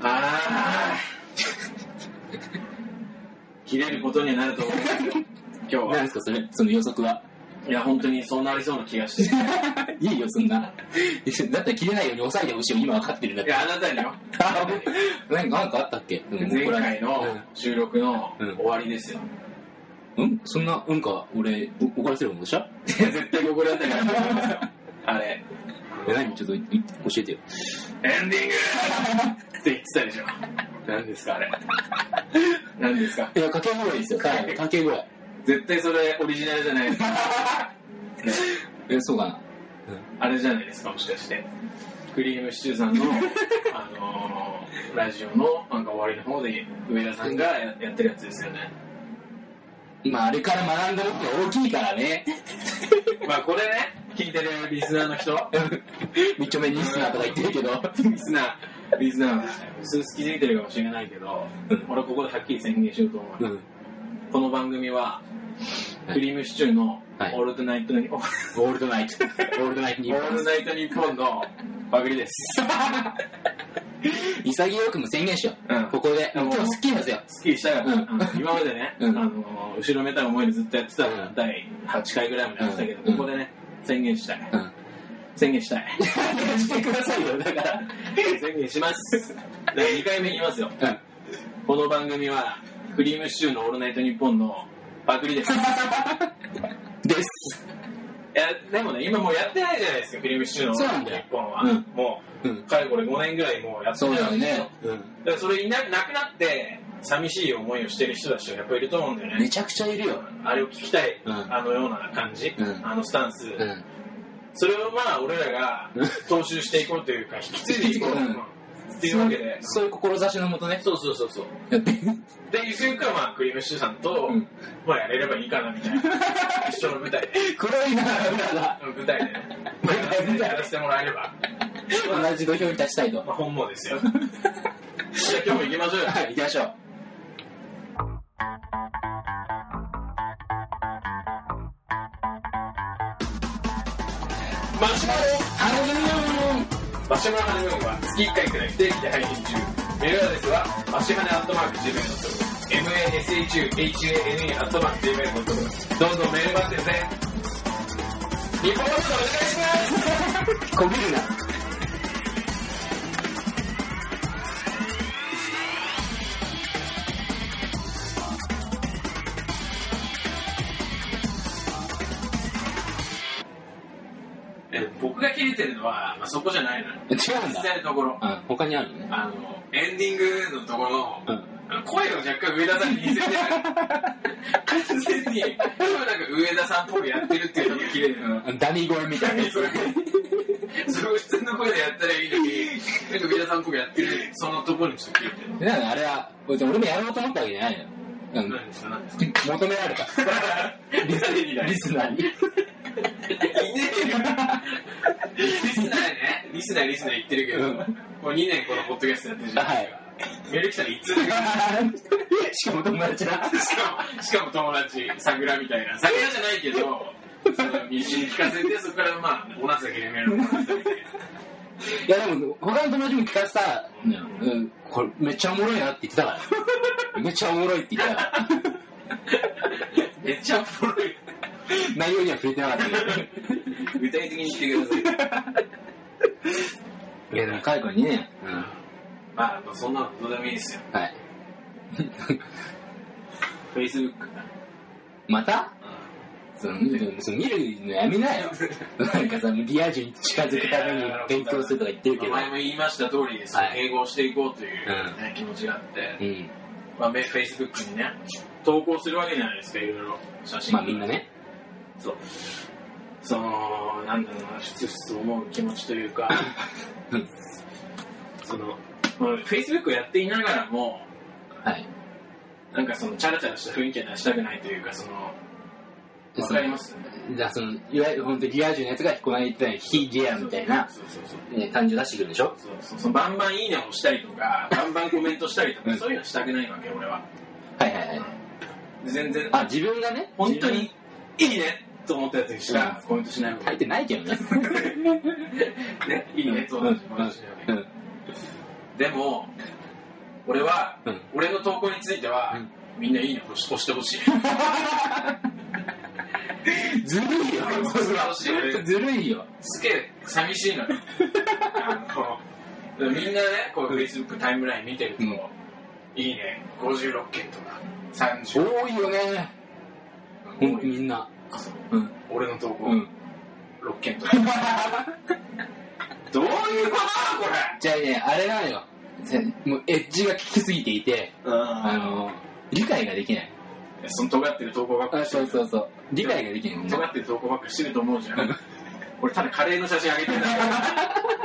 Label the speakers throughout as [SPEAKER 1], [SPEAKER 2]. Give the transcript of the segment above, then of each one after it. [SPEAKER 1] ああ。 切れることになると思う。今日
[SPEAKER 2] 何
[SPEAKER 1] は
[SPEAKER 2] で。すか、それ、その予測は。
[SPEAKER 1] いや、本当にそうなりそうな気がして。
[SPEAKER 2] いいよ、そんな。 だったら切れないように抑えてほしいよ、今分かってるんだ
[SPEAKER 1] い
[SPEAKER 2] って。
[SPEAKER 1] や、あなたによ。
[SPEAKER 2] 何か、なんかあったっけうん
[SPEAKER 1] 前回
[SPEAKER 2] う
[SPEAKER 1] の
[SPEAKER 2] ん
[SPEAKER 1] 収録の
[SPEAKER 2] うん
[SPEAKER 1] 終わりですよ。
[SPEAKER 2] うんそんな、うんか、俺、お怒らせるもんでした
[SPEAKER 1] いや 絶対ここでやったからと思いますよ。 あれ。
[SPEAKER 2] え、何ちょっといい教えてよ。
[SPEAKER 1] エンディングって言ってたでしょ。何ですか、あれ。何ですか。
[SPEAKER 2] いや、掛け声ですよ。はい。掛 け声。
[SPEAKER 1] 絶対それオリジナルじゃないです か。ね
[SPEAKER 2] え、そうかな。
[SPEAKER 1] あれじゃないですか、もしかして。クリームシチューさん の、あのーラジオのなんか終わりの方で上田さんがややってるやつですよね。
[SPEAKER 2] まあ、あれから学んだことが大きいからね。
[SPEAKER 1] まあこれね、聞いてるリスナーの 人、
[SPEAKER 2] みっちょめにリスナーとか言ってるけど。
[SPEAKER 1] リスナー、リスナーは、薄々気づいてるかもしれないけど、俺はここではっきり宣言しようと思う。
[SPEAKER 2] うん。
[SPEAKER 1] この番組は、
[SPEAKER 2] はい
[SPEAKER 1] クリームシチューのオ
[SPEAKER 2] はい
[SPEAKER 1] ールドナイト に、
[SPEAKER 2] オールドナイト。オールドナイト日
[SPEAKER 1] オール
[SPEAKER 2] 本
[SPEAKER 1] ド。ナイトニッポンのパクリです。
[SPEAKER 2] 潔くも宣言しよ
[SPEAKER 1] うん
[SPEAKER 2] う。ここで。
[SPEAKER 1] うん
[SPEAKER 2] 今日スッキリですよ。
[SPEAKER 1] すっきりしたよ。
[SPEAKER 2] うん
[SPEAKER 1] うん今までね、
[SPEAKER 2] うん
[SPEAKER 1] あの後ろめたい思いでずっとやってたから、
[SPEAKER 2] うん
[SPEAKER 1] 第8回ぐらいまでやってたけど、
[SPEAKER 2] うん
[SPEAKER 1] ここでね、宣言したい。
[SPEAKER 2] うん。
[SPEAKER 1] 宣言 したい。
[SPEAKER 2] してくださいよ、だから。
[SPEAKER 1] 宣言します。第2回目言いますよ。
[SPEAKER 2] うん。
[SPEAKER 1] この番組は、クリームシチューのオールナイトニッポンのパクリです。い
[SPEAKER 2] です。
[SPEAKER 1] や、でもね、今もうやってないじゃないですか、クリームシチューのオールナイトニッポンは。
[SPEAKER 2] そうなんだ
[SPEAKER 1] も
[SPEAKER 2] う
[SPEAKER 1] う、
[SPEAKER 2] ん。
[SPEAKER 1] かれこれ5年ぐらいもうやって
[SPEAKER 2] そ
[SPEAKER 1] な
[SPEAKER 2] う
[SPEAKER 1] い
[SPEAKER 2] だ
[SPEAKER 1] わけ
[SPEAKER 2] よ
[SPEAKER 1] ですよ
[SPEAKER 2] ね。 うん。
[SPEAKER 1] だからそれいななくなって、寂しい思いをしてる人たちがやっぱいると思うんだよ
[SPEAKER 2] め
[SPEAKER 1] ね。
[SPEAKER 2] ちゃくちゃいるよ。
[SPEAKER 1] あれを聞きたい、
[SPEAKER 2] うん
[SPEAKER 1] あのような感じ、
[SPEAKER 2] うん
[SPEAKER 1] あのスタンス、
[SPEAKER 2] うん。
[SPEAKER 1] それをまあ俺らが
[SPEAKER 2] うん
[SPEAKER 1] 踏襲していこうというか引き継いでいこう、
[SPEAKER 2] うん
[SPEAKER 1] っていうわけで
[SPEAKER 2] そういう志のもとね。
[SPEAKER 1] そうそうそうそう
[SPEAKER 2] やって。
[SPEAKER 1] でゆくゆくはまあクリームシチューさんと、
[SPEAKER 2] うん
[SPEAKER 1] まあやれればいいかなみたいな一緒の舞台で
[SPEAKER 2] 黒いな、裏が。
[SPEAKER 1] 舞台でまあやらせてやらせてもらえれば、
[SPEAKER 2] 同じ土俵に立ちたいと。
[SPEAKER 1] まあ、本望 ですよじゃあ今日も行きましょうよ
[SPEAKER 2] はい、行きましょう。
[SPEAKER 1] マシュマロ
[SPEAKER 2] ハロゲ
[SPEAKER 1] マシュマロハネムーンは月1回くらい不定期で配信中メールアドレスはマシュハネアットマーク Gmail.com MASHUHANE アットマーク Gmail.com どんどんメール待ってるね日本語でお願いします
[SPEAKER 2] ーこびるな。
[SPEAKER 1] え僕が切れてるのは、まあ、そこじゃないのよ
[SPEAKER 2] 違うん
[SPEAKER 1] 実
[SPEAKER 2] だ。
[SPEAKER 1] 際のところ
[SPEAKER 2] うん、他にあるね。
[SPEAKER 1] あのエンディングのところの
[SPEAKER 2] うん。
[SPEAKER 1] あの声を若干上田さんに似せてる完全に多分なんか上田さんっぽくやってるっていうのが切れてるの
[SPEAKER 2] ダミー声みたいなやつ。
[SPEAKER 1] それを普通の声でやったらいいのになんか上田さんっぽくやってるそのところにちょっと切れてる
[SPEAKER 2] で なんかあれは、俺もやろうと思ったわけじゃないのよ。
[SPEAKER 1] 何ですか何です
[SPEAKER 2] うん。求められた。
[SPEAKER 1] かリスナーに
[SPEAKER 2] リスナーに。
[SPEAKER 1] いねえよリスナーねリスナーリスナー言ってるけど、
[SPEAKER 2] うん
[SPEAKER 1] もう2年このポッドキャストやってるじゃん、
[SPEAKER 2] はい
[SPEAKER 1] メール来たらいつだけ
[SPEAKER 2] しかも友達だ。
[SPEAKER 1] しかも、 しかも友達、桜みたいな。桜じゃないけど、その道に聞かせて、そこからまあ、おなすだけでやめるのかなって
[SPEAKER 2] いやでも、他の友達も聞かせたのよ。うん、これめっちゃおもろいなって言ってたから。めっちゃおもろいって言ってたから。
[SPEAKER 1] めっちゃおもろい。
[SPEAKER 2] 内容には触れてなかったけ
[SPEAKER 1] 具体的に言ってください。
[SPEAKER 2] ど。いやでも、かいこにね。うん。
[SPEAKER 1] まあ、まあそんなのどうでもいいですよ。
[SPEAKER 2] はい。
[SPEAKER 1] Facebook。
[SPEAKER 2] またそのその見るのやめな よ。なんかさ、リア充に近づくために勉強するとか言ってるけど。
[SPEAKER 1] 前も言いました通りですね、
[SPEAKER 2] はい
[SPEAKER 1] 併合していこうという、
[SPEAKER 2] うん
[SPEAKER 1] ね気持ちがあって、
[SPEAKER 2] うん。
[SPEAKER 1] まあ、め Facebook にね、投稿するわけじゃないですか、いろいろ写真
[SPEAKER 2] まあみんなね。
[SPEAKER 1] そう。その、なんだろうな、ふつふつ思う気持ちという か、
[SPEAKER 2] うん
[SPEAKER 1] その、まあ Facebook をやっていながらも、
[SPEAKER 2] はい。
[SPEAKER 1] なんかその、チャラチャラした雰囲気は出したくないというか、その、わかります
[SPEAKER 2] じゃあその、いわゆる本当にリア充のやつがこの間言ってたように非リアルみたいな、
[SPEAKER 1] そうそうそう。
[SPEAKER 2] ね、感情出してくるでしょ
[SPEAKER 1] そうそうそうバンバンいいねを押したりとか、バンバンコメントしたりと
[SPEAKER 2] う
[SPEAKER 1] か、
[SPEAKER 2] ん
[SPEAKER 1] そういうのしたくないわけ、俺は。
[SPEAKER 2] はいはいはい。
[SPEAKER 1] で全然、
[SPEAKER 2] あ、自分がね、
[SPEAKER 1] 本当にいいねと思ったやつにしかコメントしないわ
[SPEAKER 2] 入ってないけどね。
[SPEAKER 1] け。ね、いいねと思ったやつにコメントしないわけ。
[SPEAKER 2] うん。
[SPEAKER 1] でも、俺は、
[SPEAKER 2] うん
[SPEAKER 1] 俺の投稿については、
[SPEAKER 2] うん
[SPEAKER 1] みんないいね押し押してほ しい。
[SPEAKER 2] ずるいよ
[SPEAKER 1] そうそうそう
[SPEAKER 2] ずるいよ
[SPEAKER 1] すげえ寂しいのよ。あのみんなね、こう Facebook タイムライン見てると、
[SPEAKER 2] うん
[SPEAKER 1] いいね、56件とか、30。
[SPEAKER 2] 多いよねほんとみんな
[SPEAKER 1] あそう
[SPEAKER 2] うん
[SPEAKER 1] 俺の投稿、
[SPEAKER 2] うん
[SPEAKER 1] 6件とか。どういうことだ
[SPEAKER 2] じゃあねあれなのよせもうエッジが効きすぎていて
[SPEAKER 1] これ。
[SPEAKER 2] あの理解ができない
[SPEAKER 1] その尖ってる投稿ばっか
[SPEAKER 2] あ
[SPEAKER 1] りして
[SPEAKER 2] そ
[SPEAKER 1] る
[SPEAKER 2] うそうそう理解ができないもんね
[SPEAKER 1] 尖ってる投稿ばっかりしてると思うじゃ ん俺ただカレーの写真あげてるだ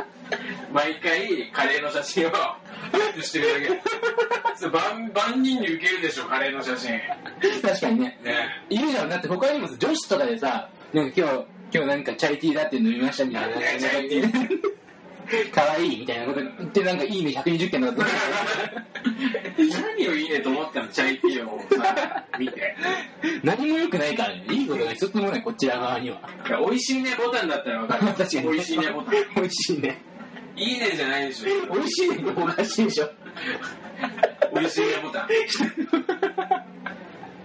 [SPEAKER 1] け毎回カレーの写真をアップしてるだけそれ万万人に受けるでしょカレーの写 真ね
[SPEAKER 2] 確かにねいるじゃんだって他にもさ女子とかでさなんか今日今日なんかチャリティーだって飲みましたみたいな
[SPEAKER 1] チャリティ
[SPEAKER 2] かわいいみたいなこと言ってなんかいいね120件とか
[SPEAKER 1] 何をいいねと思ったのチャイティーをさ 見て
[SPEAKER 2] 何も良くないからねいいことが一つもないこちら側には
[SPEAKER 1] いや美味しいねボタンだったら分かる
[SPEAKER 2] 確かに
[SPEAKER 1] 美味しいねボタン
[SPEAKER 2] 美味しいね
[SPEAKER 1] いいねじゃないでしょ
[SPEAKER 2] 美味しいねおかしいでしょ
[SPEAKER 1] 美味しいねボタン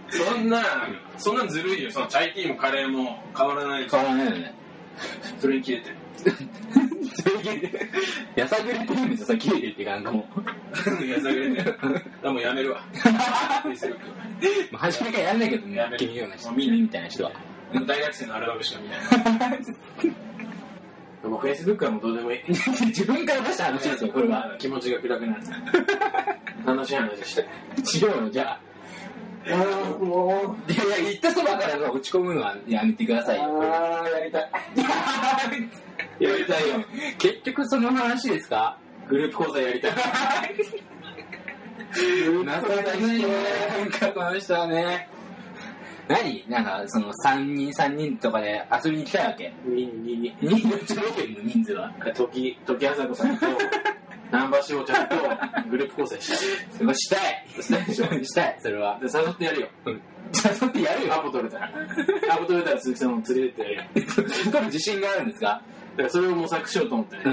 [SPEAKER 1] そんなそんなんずるいよそのチャイティーもカレーも変わらない
[SPEAKER 2] 変わらないよね
[SPEAKER 1] それに切れてる
[SPEAKER 2] それでやさぐれてるんですよさ切れてるっていうかなんかもうも
[SPEAKER 1] やさぐれてる。でもやめるわ。Facebook
[SPEAKER 2] う初めからやんないけどね
[SPEAKER 1] やめる
[SPEAKER 2] 君のような人
[SPEAKER 1] もう見ない
[SPEAKER 2] みたいな人は
[SPEAKER 1] 大学生のアルバムしか見ない。もう Facebook はもうどうでもいい。
[SPEAKER 2] 自分から出した話ですよこれは
[SPEAKER 1] 気持ちが暗くなる。楽しい話して。
[SPEAKER 2] 違うのじゃあ
[SPEAKER 1] も
[SPEAKER 2] いやいや、言ったそばからさ落ち込むのはやめてくださ いよ。
[SPEAKER 1] あやりたい。
[SPEAKER 2] やりたいよ。 結局その話ですか
[SPEAKER 1] グループ講座やり たい。
[SPEAKER 2] 情けないね。なんかこの人はね。何なんか、その3人3人とかで遊びに来たいわけ。
[SPEAKER 1] ににに。
[SPEAKER 2] 人数の人数は。
[SPEAKER 1] 時、時あさこさんと、南波しおちゃんとグループ構成し
[SPEAKER 2] それはしたい。
[SPEAKER 1] したいでしょ
[SPEAKER 2] したい、それは
[SPEAKER 1] た。。で、誘ってやるよ。
[SPEAKER 2] じゃあ、そってやる
[SPEAKER 1] ア
[SPEAKER 2] よ。
[SPEAKER 1] ポ取れたら。アポ取れたら鈴木さんも連れてってやるよ。
[SPEAKER 2] 多分自信があるんですか
[SPEAKER 1] だからそれを模索しようと思ってね。
[SPEAKER 2] う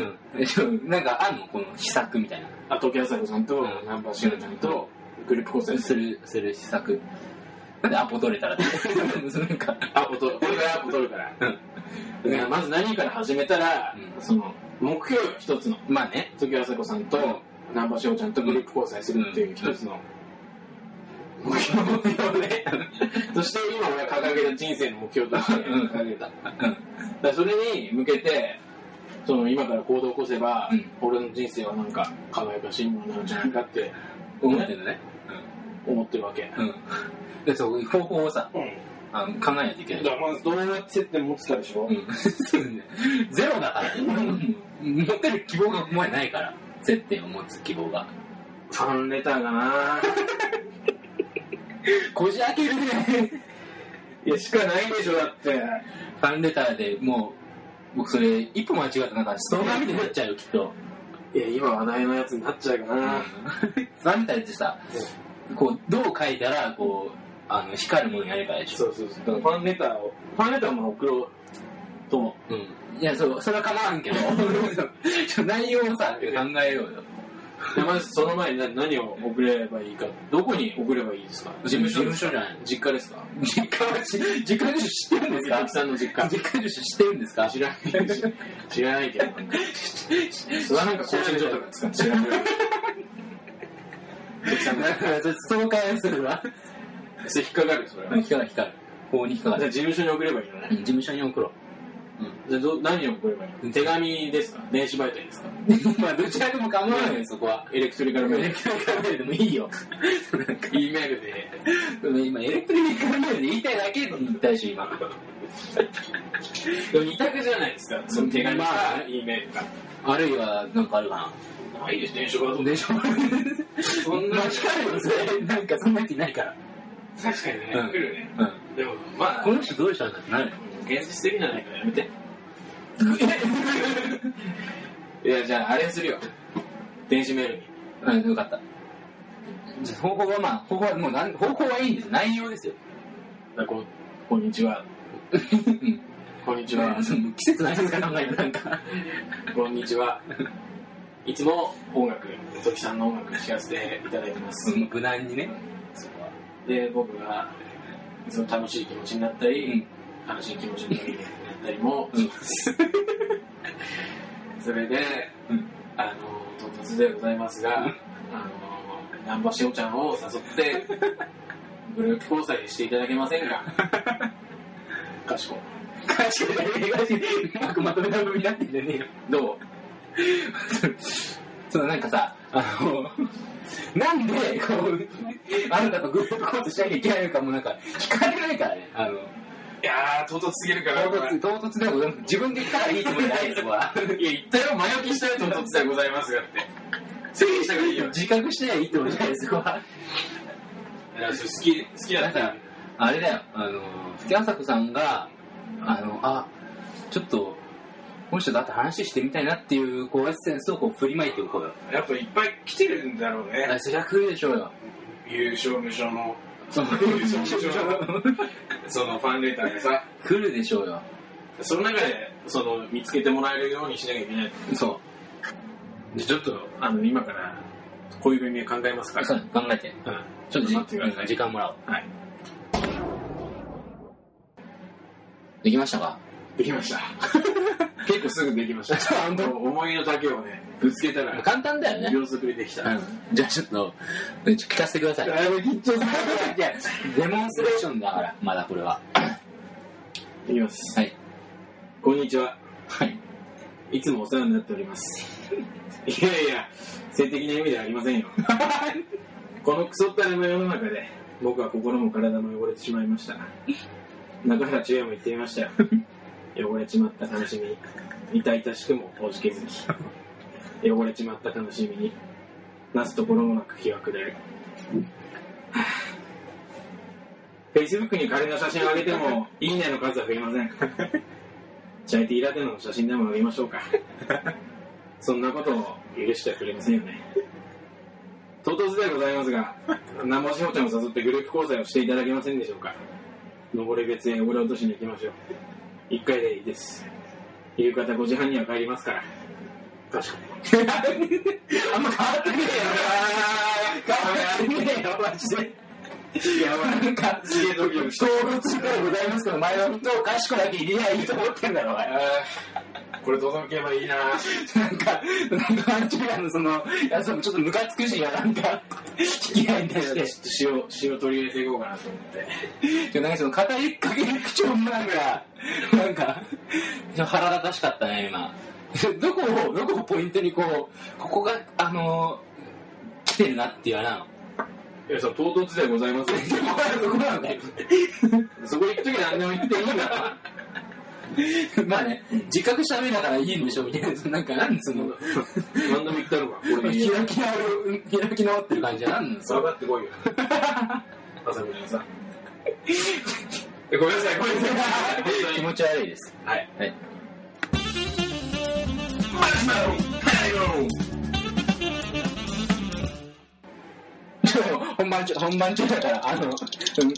[SPEAKER 2] ん。なんかあんのこの秘策みたいな。
[SPEAKER 1] あと、キャサコさんと
[SPEAKER 2] うん、
[SPEAKER 1] ナンバーシオちゃんと、グループ構成す
[SPEAKER 2] す
[SPEAKER 1] る。
[SPEAKER 2] る、する秘策。なんでアポ取れたらって。なんか。
[SPEAKER 1] アポと、これからアポ取るから。
[SPEAKER 2] うん
[SPEAKER 1] だからまず何から始めたら、
[SPEAKER 2] うん
[SPEAKER 1] その、目標よ一つの。
[SPEAKER 2] まあね。
[SPEAKER 1] 時キさこさんと、ナンバーシオちゃんとグループ構成するっていう一つの、目標をね。 そして今俺が掲げた人生の目標として
[SPEAKER 2] うん
[SPEAKER 1] 掲げた。だか
[SPEAKER 2] うん。
[SPEAKER 1] らそれに向けて、その今から行動を起こせば、
[SPEAKER 2] うん
[SPEAKER 1] 俺の人生はなんか輝かしいものになるんじゃないかって
[SPEAKER 2] 思ってるのね。
[SPEAKER 1] 思ってるわけ。
[SPEAKER 2] うん。で、そう、方法をさ、あの考えないといけない
[SPEAKER 1] だか。らまずどうやって接点持ってたでしょ、
[SPEAKER 2] うん。そうね。ゼロだから。持てる希望がお前ないから。接点を持つ希望が。
[SPEAKER 1] ファンレターがなぁ
[SPEAKER 2] こじ開けるね。
[SPEAKER 1] いやしかないでしょだって
[SPEAKER 2] ファンレターでもう、僕それ、一歩間違ったらなんか、ストーカーみたいになっちゃうよ、きっと。
[SPEAKER 1] いや今話題のやつになっちゃうか
[SPEAKER 2] うん
[SPEAKER 1] なぁ、
[SPEAKER 2] ファンレターってさ、こう、どう書いたら、こう、あの、光るものになるからでしょ。
[SPEAKER 1] そうそうそうだからファンレターをファンレターも送ろうと思
[SPEAKER 2] うん。いや、そう、それは構わんけど、 ちょ内容をさ、考えようよ。
[SPEAKER 1] うでまずその前に何何を送ればいいかどこに送ればいいですか
[SPEAKER 2] 事務所事務所じゃない
[SPEAKER 1] 実家ですか
[SPEAKER 2] 実家はし、実家の住所知ってるんです
[SPEAKER 1] 鈴
[SPEAKER 2] か
[SPEAKER 1] 木さんの実家
[SPEAKER 2] 実家の住所知ってるんですか
[SPEAKER 1] 知らないし知らないけどなんかそれはなんか更新所とか使って知らない鈴木さんの
[SPEAKER 2] だから、それストーカーやするわ。
[SPEAKER 1] それ引っかかるよそれは
[SPEAKER 2] 光る光る。法に引っかか
[SPEAKER 1] じゃあ
[SPEAKER 2] る。
[SPEAKER 1] 事務所に送ればいいのね
[SPEAKER 2] うん事務所に送ろう。
[SPEAKER 1] じゃあど何を送ればいいの手紙ですか電子媒体ですか
[SPEAKER 2] まあ、どちらでも構わないよ、そこは。
[SPEAKER 1] エレクトリカル
[SPEAKER 2] エ
[SPEAKER 1] メ
[SPEAKER 2] レ
[SPEAKER 1] ール
[SPEAKER 2] クトリックカメラでもいいよ。
[SPEAKER 1] E メールで
[SPEAKER 2] 今、エレクトリックカメラで言いたいだけの言ったでしょ、今。
[SPEAKER 1] でも二択じゃないですかその手紙か、
[SPEAKER 2] まあ
[SPEAKER 1] E メールか
[SPEAKER 2] あるいは、なんかあるか
[SPEAKER 1] ないです電子は
[SPEAKER 2] な。でしょ。
[SPEAKER 1] そんな
[SPEAKER 2] まあ、光るよ、それ。なんか、そんな人いないから。
[SPEAKER 1] 確かにね、
[SPEAKER 2] うん
[SPEAKER 1] 来るね
[SPEAKER 2] うん。
[SPEAKER 1] でもまあ
[SPEAKER 2] この人どうしたんだってなるよ。
[SPEAKER 1] 現実的なのからや めていやじゃああれするよ電子メールに
[SPEAKER 2] うん、よかった。じゃあ方法はまあ、方法はもうなん、方法はいいんですよ。内容ですよ。
[SPEAKER 1] だからこうこんにちは
[SPEAKER 2] うん
[SPEAKER 1] こんにち
[SPEAKER 2] 違
[SPEAKER 1] は
[SPEAKER 2] う季節の挨拶が考えたなんか
[SPEAKER 1] こんにちはいつも音楽、時さんの音楽聴かせていただいてます。
[SPEAKER 2] うん無難にね。
[SPEAKER 1] そこはで、僕が、その楽しい気持ちになった
[SPEAKER 2] う
[SPEAKER 1] り、
[SPEAKER 2] ん。
[SPEAKER 1] 悲しい気持ちになったりも
[SPEAKER 2] うん
[SPEAKER 1] それで、
[SPEAKER 2] うん
[SPEAKER 1] あの、唐突でございますが、
[SPEAKER 2] うん
[SPEAKER 1] あの、南波しおちゃんを誘 って、グループ交際していただけませんかかしこ。
[SPEAKER 2] 確かに、確かに、うまくまとめた部分になってんじゃねえよ。
[SPEAKER 1] どう
[SPEAKER 2] そのなんかさ、あの、なんで、こう、あなたとグループコースしなきゃいけないのかもなんか、聞かれないからね。あの、
[SPEAKER 1] いやー、唐突すぎるか
[SPEAKER 2] 唐突、唐突でもなんか自分で言ったらいいつもりじゃないですわ。
[SPEAKER 1] いや、言ったよ、前置きしたよ、唐突でございますがって。整理した方がいいよ。
[SPEAKER 2] 自覚してないいつもりじゃないですわ。
[SPEAKER 1] いやそれ好き、好きだ
[SPEAKER 2] なん
[SPEAKER 1] った
[SPEAKER 2] か、あれだよ、あの、月朝子さんが、あの、あ、ちょっと、この人だって話してみたいなっていう、こう、エッセンスをこう振りまいておこうよ。
[SPEAKER 1] やっぱいっぱい来てるんだろうね。
[SPEAKER 2] あそりゃ来るでしょうよ。
[SPEAKER 1] 優勝無償の、
[SPEAKER 2] その
[SPEAKER 1] そのファンレターでさ、
[SPEAKER 2] 来るでしょうよ。
[SPEAKER 1] その中で、その、見つけてもらえるようにしなきゃいけない。
[SPEAKER 2] そ
[SPEAKER 1] で、ちょっと、あの、今から、こういう意味を考えますか
[SPEAKER 2] う。
[SPEAKER 1] ら。
[SPEAKER 2] そう考えて。
[SPEAKER 1] うん。
[SPEAKER 2] ちょっとじ
[SPEAKER 1] 待ってください
[SPEAKER 2] 時間もらおう。
[SPEAKER 1] はい。
[SPEAKER 2] できましたか
[SPEAKER 1] できました。結構すぐできました。
[SPEAKER 2] そう本当
[SPEAKER 1] 思いの丈をね、ぶつけたら、
[SPEAKER 2] 簡単だよね。
[SPEAKER 1] 秒速でできた。
[SPEAKER 2] うんじゃあちょっと、うんちょっと聞かせてください。
[SPEAKER 1] いぶ緊張する。
[SPEAKER 2] いや、デモンストレーションだから、まだこれは。
[SPEAKER 1] いきます。
[SPEAKER 2] はい。
[SPEAKER 1] こんにちは。
[SPEAKER 2] はい。
[SPEAKER 1] いつもお世話になっております。 いやいや、性的な意味ではありま せんよ。このクソったれの世の中で、僕は心も体も汚れてしまいました。中原中也も言っていましたよ。汚れちまった悲しみに、痛々しくもおじけづき。汚れちまった悲しみに、なすところもなく日は暮れ る。Facebook に仮の写真を上げても、いいねの数は増えません。チャイティーラテの写真でもあげましょうか。そんなことを許してはくれませんよね。唐突ではございますが、南波志保ちゃんを誘ってグループ交際をしていただけませんでしょうか。登れ別へ汚れ落としに行きましょう。一回でいいです。夕方5時半には帰りますから。確かに。
[SPEAKER 2] あんま変わってねえよ。変わってねえよ、マジで。
[SPEAKER 1] やばい。
[SPEAKER 2] なんか、
[SPEAKER 1] すげえドキドキし
[SPEAKER 2] 動物ではございますけど、前のとかしこだけ入れりゃいいと思ってんだろ、お前。
[SPEAKER 1] た。これ届けばいいな
[SPEAKER 2] なんか、なんか、あんちゅのその、いやつもちょっとムカつくしや、なんか、引き合いに対
[SPEAKER 1] ちょっ
[SPEAKER 2] し
[SPEAKER 1] と塩、塩取り入れていこうかなと思って。
[SPEAKER 2] て、なんかその、語りかける口調もなんか、なんか、腹立たしかったね、今。どこを、どこをポイントにこう、ここが、あのー、来てるなって言わなの。
[SPEAKER 1] いや、そう、唐突ではございません。
[SPEAKER 2] お前どこなんだよ。
[SPEAKER 1] そこ行くとき何でも言っていいんだ。
[SPEAKER 2] まあね、自覚した上だからいいんでしょ、みたいな。そのなんか、なんつうの、
[SPEAKER 1] 何でも言ったのか、これ
[SPEAKER 2] 開
[SPEAKER 1] に。
[SPEAKER 2] き直る、開き直ってる感じはなんなんです
[SPEAKER 1] 下がってこいよ。朝倉さん。ごめんなさい、ごめ んなさい。本当
[SPEAKER 2] 気
[SPEAKER 1] に。
[SPEAKER 2] 持ち悪いです。
[SPEAKER 1] はい。
[SPEAKER 2] はい。
[SPEAKER 1] マシュマロはいよ
[SPEAKER 2] でも本番中、本番中だから、あの、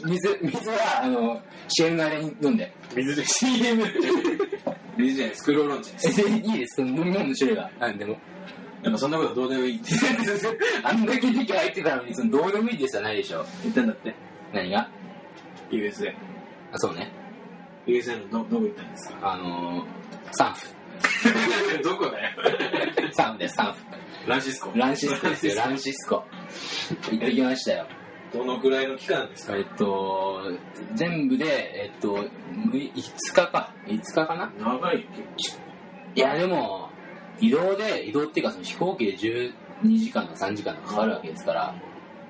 [SPEAKER 2] 水、水は、あの、CM のあれに飲んで。
[SPEAKER 1] 水で CM。水じゃない、スクローローンチです。
[SPEAKER 2] えいいです、飲み物の種類が。なんでも。
[SPEAKER 1] やっぱそんなことどうでもいいって
[SPEAKER 2] あんだけ時期空いてたのに、そのどうでもいいですじゃないでしょ。
[SPEAKER 1] 言ったんだって。
[SPEAKER 2] 何が
[SPEAKER 1] USA。
[SPEAKER 2] あ、そうね。
[SPEAKER 1] USA のど、どこ行ったんですか
[SPEAKER 2] あのー、サ
[SPEAKER 1] どこ だよ。
[SPEAKER 2] ン フ。サンフです、サンフ。
[SPEAKER 1] ランシスコ。
[SPEAKER 2] ランシスコですよ、ランシスコ。行ってきましたよ。
[SPEAKER 1] どのくらいの期間ですか
[SPEAKER 2] えっと、全部で、えっと、5日か。5日かな
[SPEAKER 1] 長い
[SPEAKER 2] いや、でも、移動で、移動っていうか、その飛行機で12時間とか3時間とかかかるわけですから、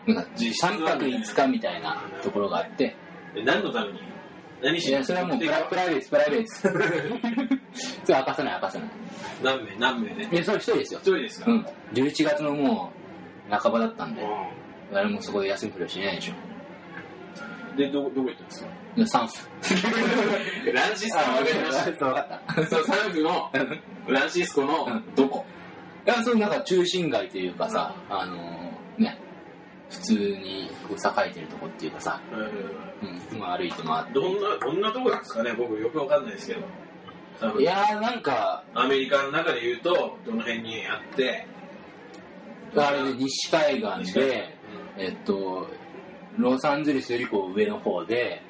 [SPEAKER 2] なんか、
[SPEAKER 1] 実質はね
[SPEAKER 2] 3泊5日みたいなところがあって、
[SPEAKER 1] え何のために何
[SPEAKER 2] い
[SPEAKER 1] し
[SPEAKER 2] や、それはもうプラプライベートです、プライベートです。 それ明かさない、明かさない。
[SPEAKER 1] 何名何名で
[SPEAKER 2] いや、それ一人ですよ
[SPEAKER 1] 一。人ですか
[SPEAKER 2] うん。11月のもう、半ばだったんで、
[SPEAKER 1] う
[SPEAKER 2] 誰もそこで休むふりはしないでしょ。
[SPEAKER 1] んで、ど、どこ行ったんですか
[SPEAKER 2] いや、3分。
[SPEAKER 1] ランシスコわかりまし
[SPEAKER 2] 分かった。
[SPEAKER 1] た。そのサンフの、ランシスコの
[SPEAKER 2] うん、
[SPEAKER 1] どこ
[SPEAKER 2] いや、そのなんか中心街というかさ、あのーね、普通にこう栄えてるとこっていうかさ、うん、まあ歩いて回って。
[SPEAKER 1] どんな、どんなとこなんですかね僕よくわかんないですけど。多
[SPEAKER 2] い
[SPEAKER 1] 分
[SPEAKER 2] やーなんか、
[SPEAKER 1] アメリカの中で言うと、どの辺にあって、
[SPEAKER 2] あれで西海岸で、えっと、ロサンゼルスよりこう上の方で、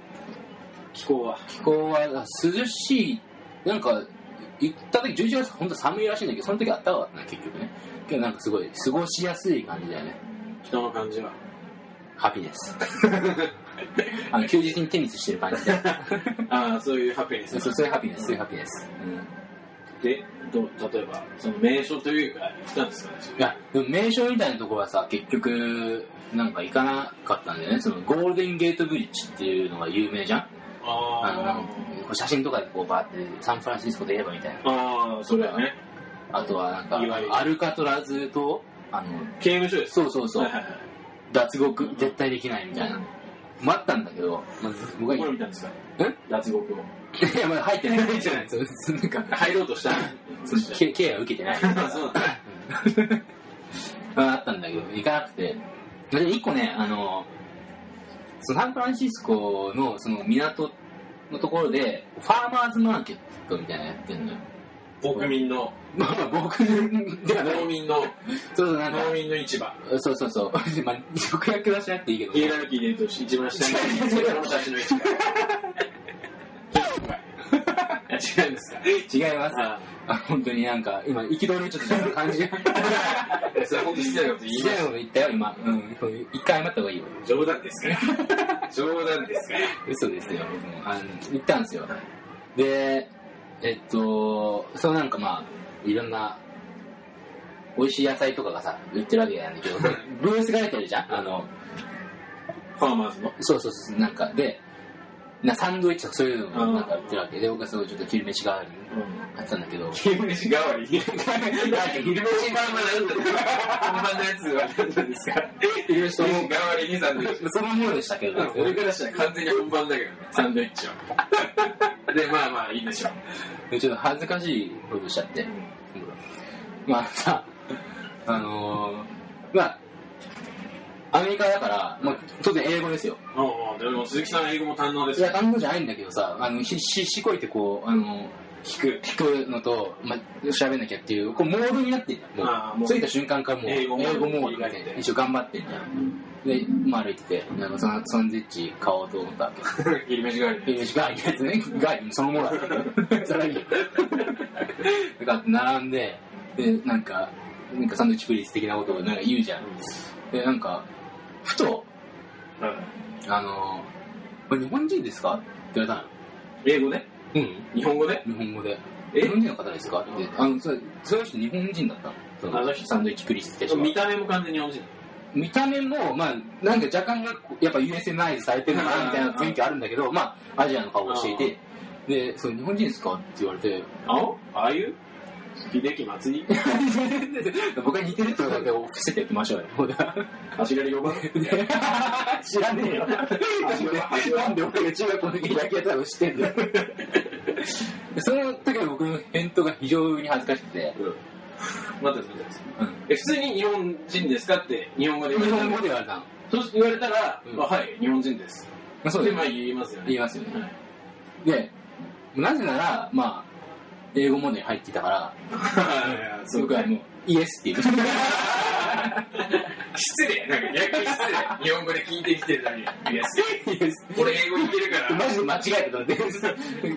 [SPEAKER 1] 気候は。
[SPEAKER 2] 気候は涼しい、なんか、行った時11月本当寒いらしいんだけど、その時あったかかったね、結局ね。けどなんかすごい、過ごしやすい感じだよね。
[SPEAKER 1] 人の感じは。
[SPEAKER 2] ハピネ ス。あの休日にテニスしてる感じで。
[SPEAKER 1] ああ、そういうハプニング
[SPEAKER 2] そうそうそういうハピネス、そういうハピネス。うん
[SPEAKER 1] で、どう例えば、その名所というか、来たんですかね。
[SPEAKER 2] いや、でも名所みたいなとこはさ、結局、なんか行かなかったんだよね。そのゴールデンゲートブリッジっていうのが有名じゃんあの、なんかこう写真とかでこうバーってサンフランシスコで言えばみたいな。
[SPEAKER 1] ああ、そうだよね。
[SPEAKER 2] あとはなんか
[SPEAKER 1] いわゆ、る
[SPEAKER 2] アルカトラズと、あの、
[SPEAKER 1] 刑務所です。
[SPEAKER 2] そうそうそう
[SPEAKER 1] はい、はいはい。
[SPEAKER 2] 脱獄絶対できないみたいな。待ったんだけど、まあ僕は、
[SPEAKER 1] これ
[SPEAKER 2] い
[SPEAKER 1] 見たんですか
[SPEAKER 2] え
[SPEAKER 1] 脱獄を。
[SPEAKER 2] や、まだ入って ないじゃないですか。なんか、
[SPEAKER 1] 入ろうとした。そして
[SPEAKER 2] け刑は受けてない。
[SPEAKER 1] あそうなんだ。
[SPEAKER 2] まああったんだけど、行かなくて。で、一個ね、あの、そのサンフランシスコのその港のところで、ファーマーズマーケットみたいなのやってんのよ。
[SPEAKER 1] 牧民の、
[SPEAKER 2] まあまあ、僕ではない。
[SPEAKER 1] 農民の、
[SPEAKER 2] そうそう、なんか、
[SPEAKER 1] 農民の市場。
[SPEAKER 2] そうそう そう。まあ、直訳はしなくていいけど。
[SPEAKER 1] ヒエラルキーで言うと、一番下に、それから私の市場。違うんですか
[SPEAKER 2] 違います。
[SPEAKER 1] あ
[SPEAKER 2] あ、本当になんか、今、憤りをちょっと若干感じが。
[SPEAKER 1] あいやそれ本当に失礼なこと言い
[SPEAKER 2] 一
[SPEAKER 1] ま
[SPEAKER 2] 回も言ったよ、今。うん。これ一回謝った方がいいよ。
[SPEAKER 1] す。冗談ですから。冗談です から。
[SPEAKER 2] 嘘ですよ、僕も。あの、行ったんですよ。で、えっと、そのなんかまあ、いろんな、美味しい野菜とかがさ、売ってるわけなんだけ ど、ブースが出てるじゃんあの、
[SPEAKER 1] ファーマーズの。
[SPEAKER 2] そうそうそう、なんか、で、なサンドイッチとかそういうのがなんか売ってるわけで、僕はすごいちょっと昼飯代わりに買ったんだけど、
[SPEAKER 1] 刑務所代わりに。
[SPEAKER 2] なんか 昼
[SPEAKER 1] 本番のや
[SPEAKER 2] 飯
[SPEAKER 1] つは何なんですか
[SPEAKER 2] 昼飯と
[SPEAKER 1] その
[SPEAKER 2] も
[SPEAKER 1] 代わりにサン ドイッチ。
[SPEAKER 2] そのものでしたけど、
[SPEAKER 1] 俺からしたら完全に本番だけどね、サンドイッチは。で、まあまあいいでしょう。
[SPEAKER 2] ちょっと恥ずかしいことしちゃって。まあさ、あのー、まあ、アメリカだから、まあ、当然英語ですよ。
[SPEAKER 1] ああ、でも鈴木さん英語も堪能で
[SPEAKER 2] い
[SPEAKER 1] す
[SPEAKER 2] や、
[SPEAKER 1] よ。
[SPEAKER 2] 単語じゃないんだけどさ、あの、ひ、し、しこいてこう、あの、
[SPEAKER 1] 聞く。
[SPEAKER 2] 聞くのと、まあ、喋んなきゃっていう、こう、モードになってんだ。もう
[SPEAKER 1] ああもう
[SPEAKER 2] 着いた瞬間からもう、
[SPEAKER 1] 英語モード
[SPEAKER 2] モ
[SPEAKER 1] 英
[SPEAKER 2] ード
[SPEAKER 1] 語モード
[SPEAKER 2] で、一応頑張ってんじゃん。で、まあ、歩いてて、なんかそのサンドイッチ買おうと思ったわけ。
[SPEAKER 1] ギリメジ代わり
[SPEAKER 2] え
[SPEAKER 1] に。
[SPEAKER 2] ー、ガイのやつね。ガイ、そのものだったけど。さらに。だから並んで、で、なんか、なんかサンドイッチプリーズ的なことをなんか言うじゃん。で、なんか、ふと、あの、これ日本人ですかって言わ
[SPEAKER 1] 英語ね
[SPEAKER 2] れたの。うん。
[SPEAKER 1] 日本語ね
[SPEAKER 2] 日本語で。
[SPEAKER 1] え
[SPEAKER 2] 日本人の方ですかって。あの、そその人日本人だったの。そ
[SPEAKER 1] あの人
[SPEAKER 2] サンドイッチプリーズって人が
[SPEAKER 1] 見た目も完全に日本人。
[SPEAKER 2] 見た目も、まあ、なんか若干が、やっぱ USA ナイズされてるのかなみたいな雰囲気あるんだけど、まあ、アジアの顔をしていて、で、その日本人ですかって言われて、
[SPEAKER 1] 青ああいう秀樹祭り
[SPEAKER 2] 僕が似てるってことだけ伏せていきましょうよ。
[SPEAKER 1] 足軽呼ばない
[SPEAKER 2] 知らねえよ。なんで俺が中学校の時に野球やってたの知ってんだよ。でその時の僕の返答が非常に恥ずかしくて、
[SPEAKER 1] 待って待って待って
[SPEAKER 2] うん
[SPEAKER 1] え普通に日本人ですかって日本語で
[SPEAKER 2] 日
[SPEAKER 1] 言われ
[SPEAKER 2] 本
[SPEAKER 1] た
[SPEAKER 2] 語
[SPEAKER 1] ら
[SPEAKER 2] で言われたの。ま
[SPEAKER 1] そう言われたら、
[SPEAKER 2] うん
[SPEAKER 1] まあ、はい日本人です
[SPEAKER 2] あそう
[SPEAKER 1] で
[SPEAKER 2] です
[SPEAKER 1] まあ言いますよね
[SPEAKER 2] 言いますよね。
[SPEAKER 1] はい
[SPEAKER 2] で、なぜなら、まあ、英語モデルに入っていたから、
[SPEAKER 1] はいはいはいそう
[SPEAKER 2] 僕
[SPEAKER 1] か
[SPEAKER 2] はもう、イエスって言う。
[SPEAKER 1] 失礼なんか逆に失礼日本語で聞いてきてるのにいや
[SPEAKER 2] イエス
[SPEAKER 1] 俺英語いけるか
[SPEAKER 2] マ
[SPEAKER 1] ら
[SPEAKER 2] ジで間違えたっ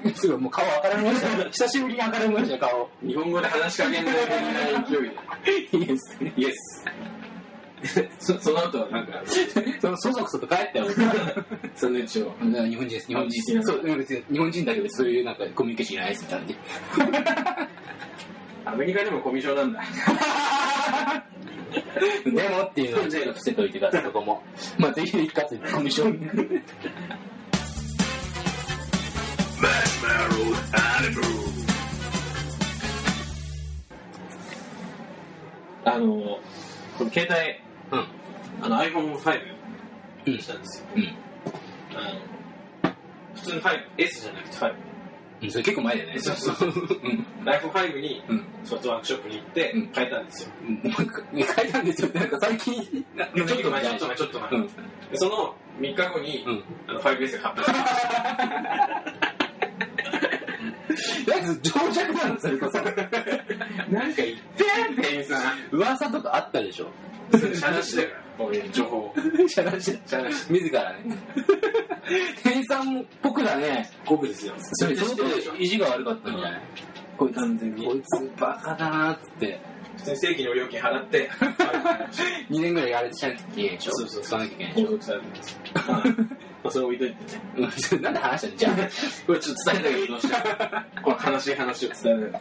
[SPEAKER 2] て、すごいもう顔赤らめました。久しぶりに赤らめました、顔。
[SPEAKER 1] 日本語で話しかけないといけない勢いで
[SPEAKER 2] イエス。
[SPEAKER 1] イエス そその後は なんか
[SPEAKER 2] そのそそくそと帰ったよ。
[SPEAKER 1] サンドイッチを
[SPEAKER 2] 日本人です、日本人です。そう、別に日本人だけど、そういうなんかコミュニケーションいらないですみたいなね。
[SPEAKER 1] アメリカでもコミュ障なんだ
[SPEAKER 2] でもっていうのをちょっと伏せといてください、そこも。 まあ、ぜひ一括でコミュ障。
[SPEAKER 1] あのこの携帯
[SPEAKER 2] うん。
[SPEAKER 1] あの iPhone5
[SPEAKER 2] うん
[SPEAKER 1] にしたんですよ、
[SPEAKER 2] うん。
[SPEAKER 1] あの普通の 5S じゃなくて
[SPEAKER 2] うんそれ結構前だよね。。
[SPEAKER 1] そうそう
[SPEAKER 2] うん。
[SPEAKER 1] 5iPhone5 に
[SPEAKER 2] うん。
[SPEAKER 1] ソフトワークショップに行って
[SPEAKER 2] うん
[SPEAKER 1] 変えたんですよ、
[SPEAKER 2] もう一回書いたんですよ。なんか最近、ち
[SPEAKER 1] ちょっと前ちょっと前ちょっと前、
[SPEAKER 2] うん。
[SPEAKER 1] でその3日後に、
[SPEAKER 2] うん。
[SPEAKER 1] あの 5S が買った
[SPEAKER 2] やつ情弱なの、それこそ。
[SPEAKER 1] なんか言ってやん、店員さん。
[SPEAKER 2] 噂とかあったで しょ。
[SPEAKER 3] 社なしだから、
[SPEAKER 1] 俺に
[SPEAKER 3] 情報。
[SPEAKER 2] しゃらし、
[SPEAKER 1] しゃらし
[SPEAKER 2] 自ら ね。店員さんっぽくだね。
[SPEAKER 3] 五分ですよ。
[SPEAKER 2] それ相当意地が悪かったんじゃない、こいつ、
[SPEAKER 3] 完全に
[SPEAKER 2] こいつバカだなーっつって。
[SPEAKER 1] 普通に正規の料金払って、
[SPEAKER 2] 2年ぐらいやれてしゃなきゃいけないでしょ
[SPEAKER 1] そうそう
[SPEAKER 2] 使わなきゃいけないでし
[SPEAKER 1] 登録されてます。まあ、それ置いといてね。
[SPEAKER 2] ょなんで 話したのじゃ
[SPEAKER 3] これちょっと伝えたけどどうしたこの悲しい話を伝え
[SPEAKER 1] 伝えられて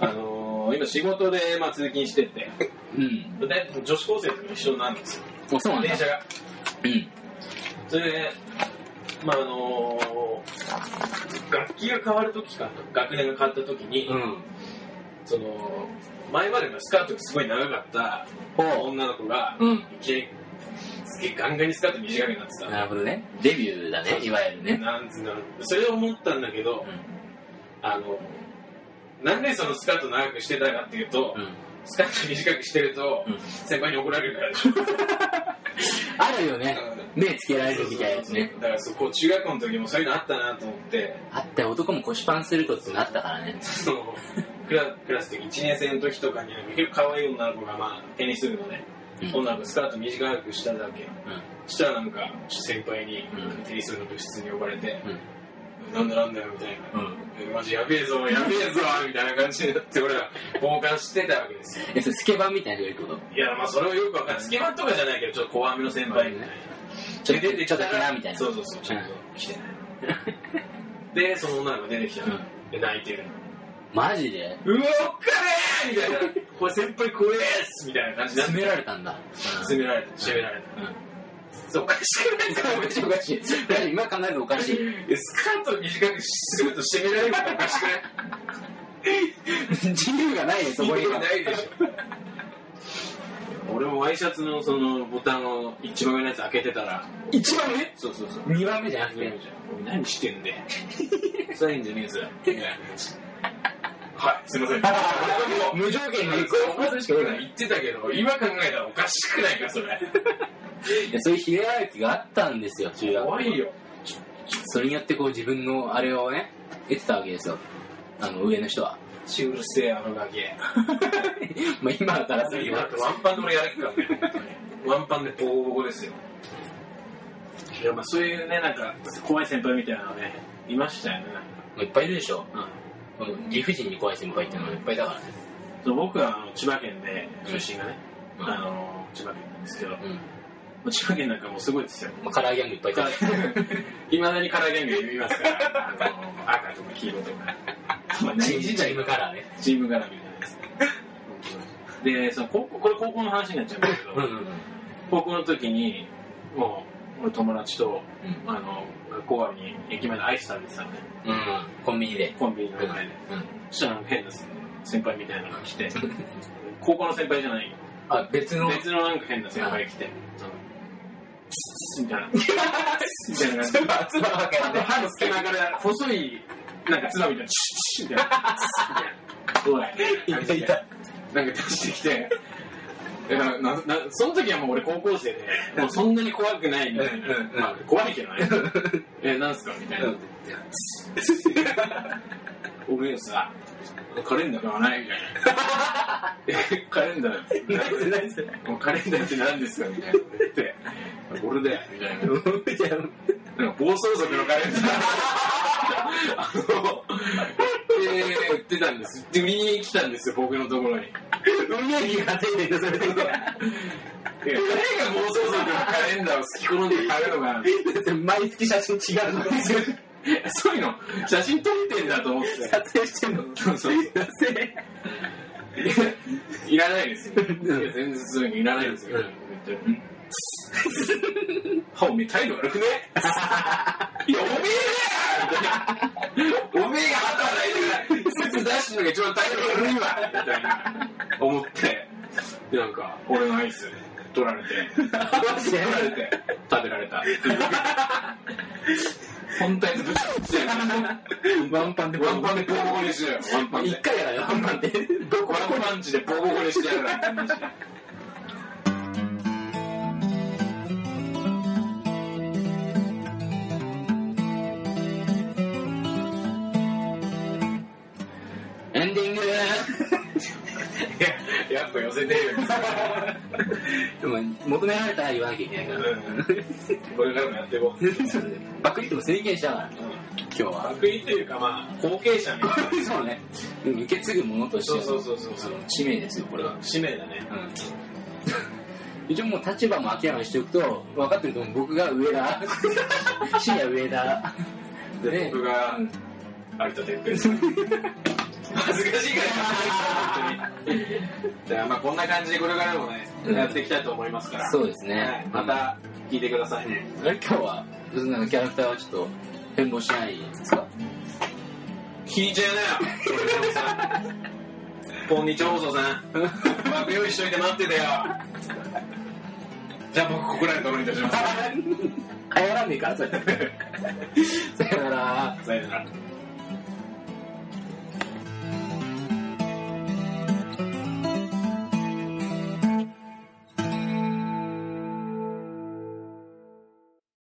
[SPEAKER 1] たあのー、今仕事で、まあ、通勤してて、
[SPEAKER 2] あ。うん。
[SPEAKER 1] で女子高生と一緒なんですよ。
[SPEAKER 2] もうそうなんだ
[SPEAKER 1] 電。車が。
[SPEAKER 2] うん。
[SPEAKER 1] それで、まあ、あのー、楽器が変わるときかな、学年が変わったときに、
[SPEAKER 2] うん。
[SPEAKER 1] その、前までのスカートがすごい長かった
[SPEAKER 2] ほ
[SPEAKER 1] 女の子が、
[SPEAKER 2] う。うん。
[SPEAKER 1] いきなり、すげえガンガンにスカート短くなってた。
[SPEAKER 2] なるほどね。デビューだね、いわゆるね。
[SPEAKER 1] なんつうのそれを思ったんだけど、あの、なんでそのスカート長くしてたかっていうと、
[SPEAKER 2] うん。
[SPEAKER 1] スカート短くしてると、
[SPEAKER 2] うん
[SPEAKER 1] 先輩に怒られるからでしょ。
[SPEAKER 2] あるよね。目つけられるみたいなやつね。
[SPEAKER 1] だからそこ、中学校の時もそういうのあったなと思って、
[SPEAKER 2] あったよ男も腰パンすることになったからね。
[SPEAKER 1] その、クラクラスの時、1年生の時とかに、結構可愛い女の子が、まあ、テニス部のね、
[SPEAKER 2] うん
[SPEAKER 1] 女の子スカート短くしただけ。したらなんか、先輩に
[SPEAKER 2] うん、
[SPEAKER 1] テニス部の部室に呼ばれて、
[SPEAKER 2] うん。
[SPEAKER 1] なんだなんだよみたいな。
[SPEAKER 2] うん。うん。
[SPEAKER 1] えマジやべえぞ、やべえぞ、みたいな感じになって、俺ら、傍観してたわけですよ。
[SPEAKER 2] え、それスケバンみたいな人がいるってこ
[SPEAKER 1] いや、まあ、それをよくわかんない。スケバンとかじゃないけど、ちょっと怖めの先輩みたいな。
[SPEAKER 2] とちょっと、
[SPEAKER 1] で出てき
[SPEAKER 2] ちょ
[SPEAKER 1] た
[SPEAKER 2] っと
[SPEAKER 1] ら
[SPEAKER 2] けなみたいな。
[SPEAKER 1] そうそうそう、ちょっと来てない。で、その女の子出てきた
[SPEAKER 2] う
[SPEAKER 1] ら、で、泣いてる。
[SPEAKER 2] マジで
[SPEAKER 1] うおっかねえみたいな。これ先輩怖えっすみたいな感じになって
[SPEAKER 2] 詰められたんだ。
[SPEAKER 1] 詰められた、締められた。
[SPEAKER 2] うん。
[SPEAKER 1] そう、おかしくないですか
[SPEAKER 2] おかしいおかしい。だって今考えるとおかしい。
[SPEAKER 1] えスカート短くすると締められるのおかしくない
[SPEAKER 2] 自由がないよ、そこに
[SPEAKER 1] 意味ないでし
[SPEAKER 3] 俺もワイシャツのそのボタンを一番上のやつ開けてたら、
[SPEAKER 2] 一番目
[SPEAKER 3] そうそうそう。
[SPEAKER 2] 二番目じゃなく
[SPEAKER 3] 何
[SPEAKER 2] て。
[SPEAKER 3] 何してんで。 サインじゃねえぞ。
[SPEAKER 1] ょ。はい、すいません。
[SPEAKER 2] 無条件に
[SPEAKER 1] そう
[SPEAKER 2] するしか
[SPEAKER 1] 言ってたけど、今考えたらおかしくないか、それ。
[SPEAKER 2] いやそういうヒレラルキーがあったんですよ、中学校
[SPEAKER 1] 怖いよ。
[SPEAKER 2] それによってこう自分のあれをね、得てたわけですよ。あの、上の人 は。
[SPEAKER 1] しうるせえ、あのガキ。
[SPEAKER 2] まあ今からする
[SPEAKER 1] 今だって
[SPEAKER 2] と。
[SPEAKER 1] ワンパンで俺やるからね、本当に。ワンパンでボコボコですよ。
[SPEAKER 3] いや、まあそういうね、なんか、怖い先輩みたいなのね、いましたよね。
[SPEAKER 2] いっぱいいるでしょ。
[SPEAKER 3] うん。
[SPEAKER 2] うん理不尽に怖い先輩っていうのがいっぱいだからね。
[SPEAKER 3] そう僕はあの千葉県で、出身がね、
[SPEAKER 2] うん
[SPEAKER 3] あの、千葉県なんですけど、
[SPEAKER 2] うん。
[SPEAKER 3] 千葉県なんかもうすごいですよ。
[SPEAKER 2] まあ、カラーギャングいっぱいいた。
[SPEAKER 3] いまだにカラーギャング読みますから、あの赤とか黄色とか、まあ、
[SPEAKER 2] チ
[SPEAKER 3] チ
[SPEAKER 2] ームチームカラーね。
[SPEAKER 3] チーム絡みじゃないですか。で、その高校、これ高校の話になっちゃうんだけど、
[SPEAKER 2] うんうんうん。
[SPEAKER 3] 高校の時に、もう、俺友達と、
[SPEAKER 2] うん
[SPEAKER 3] あの、学校終わりに駅前でアイス食べてたんで、
[SPEAKER 2] うん。コンビニで。
[SPEAKER 3] コンビニの
[SPEAKER 2] うん。
[SPEAKER 3] 前で。
[SPEAKER 2] うん
[SPEAKER 3] そしたらなんか変な先輩みたいなのが来て、 高校の先輩じゃない、
[SPEAKER 2] あ、別の。
[SPEAKER 3] 別のなんか変な先輩が来て、そのみたいな。みたいな感じで
[SPEAKER 2] つば、つばばっか
[SPEAKER 3] あ
[SPEAKER 2] り
[SPEAKER 3] と
[SPEAKER 2] ね
[SPEAKER 3] 歯の隙間から細いなんかつばみたいなチュッチュッみたいなすごい
[SPEAKER 2] いたいた。
[SPEAKER 3] なんか出してきていやななその時はもう俺高校生でもうそんなに怖くないみたいな、
[SPEAKER 2] うんうんうん
[SPEAKER 3] まあ、怖いけ どねえなんすかみたいな、
[SPEAKER 2] うん
[SPEAKER 3] 俺さカレンダー買わないみたいなえカレンダーって
[SPEAKER 2] ナイスナイス。
[SPEAKER 3] もうカレンダーって何ですかみたいなこと言って俺だよみたいななんか暴走族のカレンダー。あの、えー、売ってたんです。で、売りに来たんですよ、僕のところに。いや、
[SPEAKER 2] 運命にがついてるそれで。
[SPEAKER 3] 誰が暴走族のカレンダーを好き好んで買うのかな。
[SPEAKER 2] 毎月写真違うの。
[SPEAKER 3] そういうの、写真撮ってんだと思って。
[SPEAKER 2] 撮影してんの。
[SPEAKER 3] そうそうそう
[SPEAKER 2] 撮影。
[SPEAKER 3] いらないですよ。い
[SPEAKER 2] うん
[SPEAKER 3] や、全然そういうのいらないですよ。
[SPEAKER 2] うん
[SPEAKER 3] 言ってうん歯おめえ態度悪くね いや、おめえだよみたいなおめえが働いてない説出してるのが一番態度悪いわみたいな思って、で、なんか、俺のアイス取られて、
[SPEAKER 2] ジで
[SPEAKER 3] 取られて、食べられた。本体ずぶち切って
[SPEAKER 2] ワンパンで
[SPEAKER 3] ワンパンでボコボコにしてやる。ワンパン
[SPEAKER 2] 一
[SPEAKER 3] で。
[SPEAKER 2] 回やらよ、ワンパンで。
[SPEAKER 3] どこワンパンチでボコボコにしてやるなって話。
[SPEAKER 1] 載せてるよ。
[SPEAKER 2] でも、求められたら言わなきゃいけないから。
[SPEAKER 1] これからもやっていこう。
[SPEAKER 2] そうねバクリっても宣言しちゃうから、今日は。
[SPEAKER 1] 悪意というか、まあ、後継者みたいな。
[SPEAKER 2] そうね。でも受け継ぐものとして
[SPEAKER 1] そう
[SPEAKER 2] の
[SPEAKER 1] そうそうそうそう。
[SPEAKER 2] 使命ですよ、これは。
[SPEAKER 1] 使命だね。
[SPEAKER 2] うん一応もう立場も明らかにしておくと、分かってると思う。僕が上 だ。深夜上だ。でね
[SPEAKER 1] 僕が
[SPEAKER 2] うん
[SPEAKER 1] 有田哲平です。恥ずかしいから、本当に。じゃあ、まあ、こんな感じでこれからもね、
[SPEAKER 2] うん
[SPEAKER 1] やっていきたいと思いますから。
[SPEAKER 2] そうです
[SPEAKER 1] は
[SPEAKER 2] ね
[SPEAKER 1] い。また、聞いてくださいね。
[SPEAKER 2] あれ、今日は、そんなのキャラクターはちょっと変貌しないです か
[SPEAKER 1] 聞いちゃうなよ、こんにちは、放送さん。まあ、用意しといて待っててよ。じゃあ、僕、ここらでドロにいたします。
[SPEAKER 2] 流行らねえから、それ。さよなら。
[SPEAKER 1] さよなら。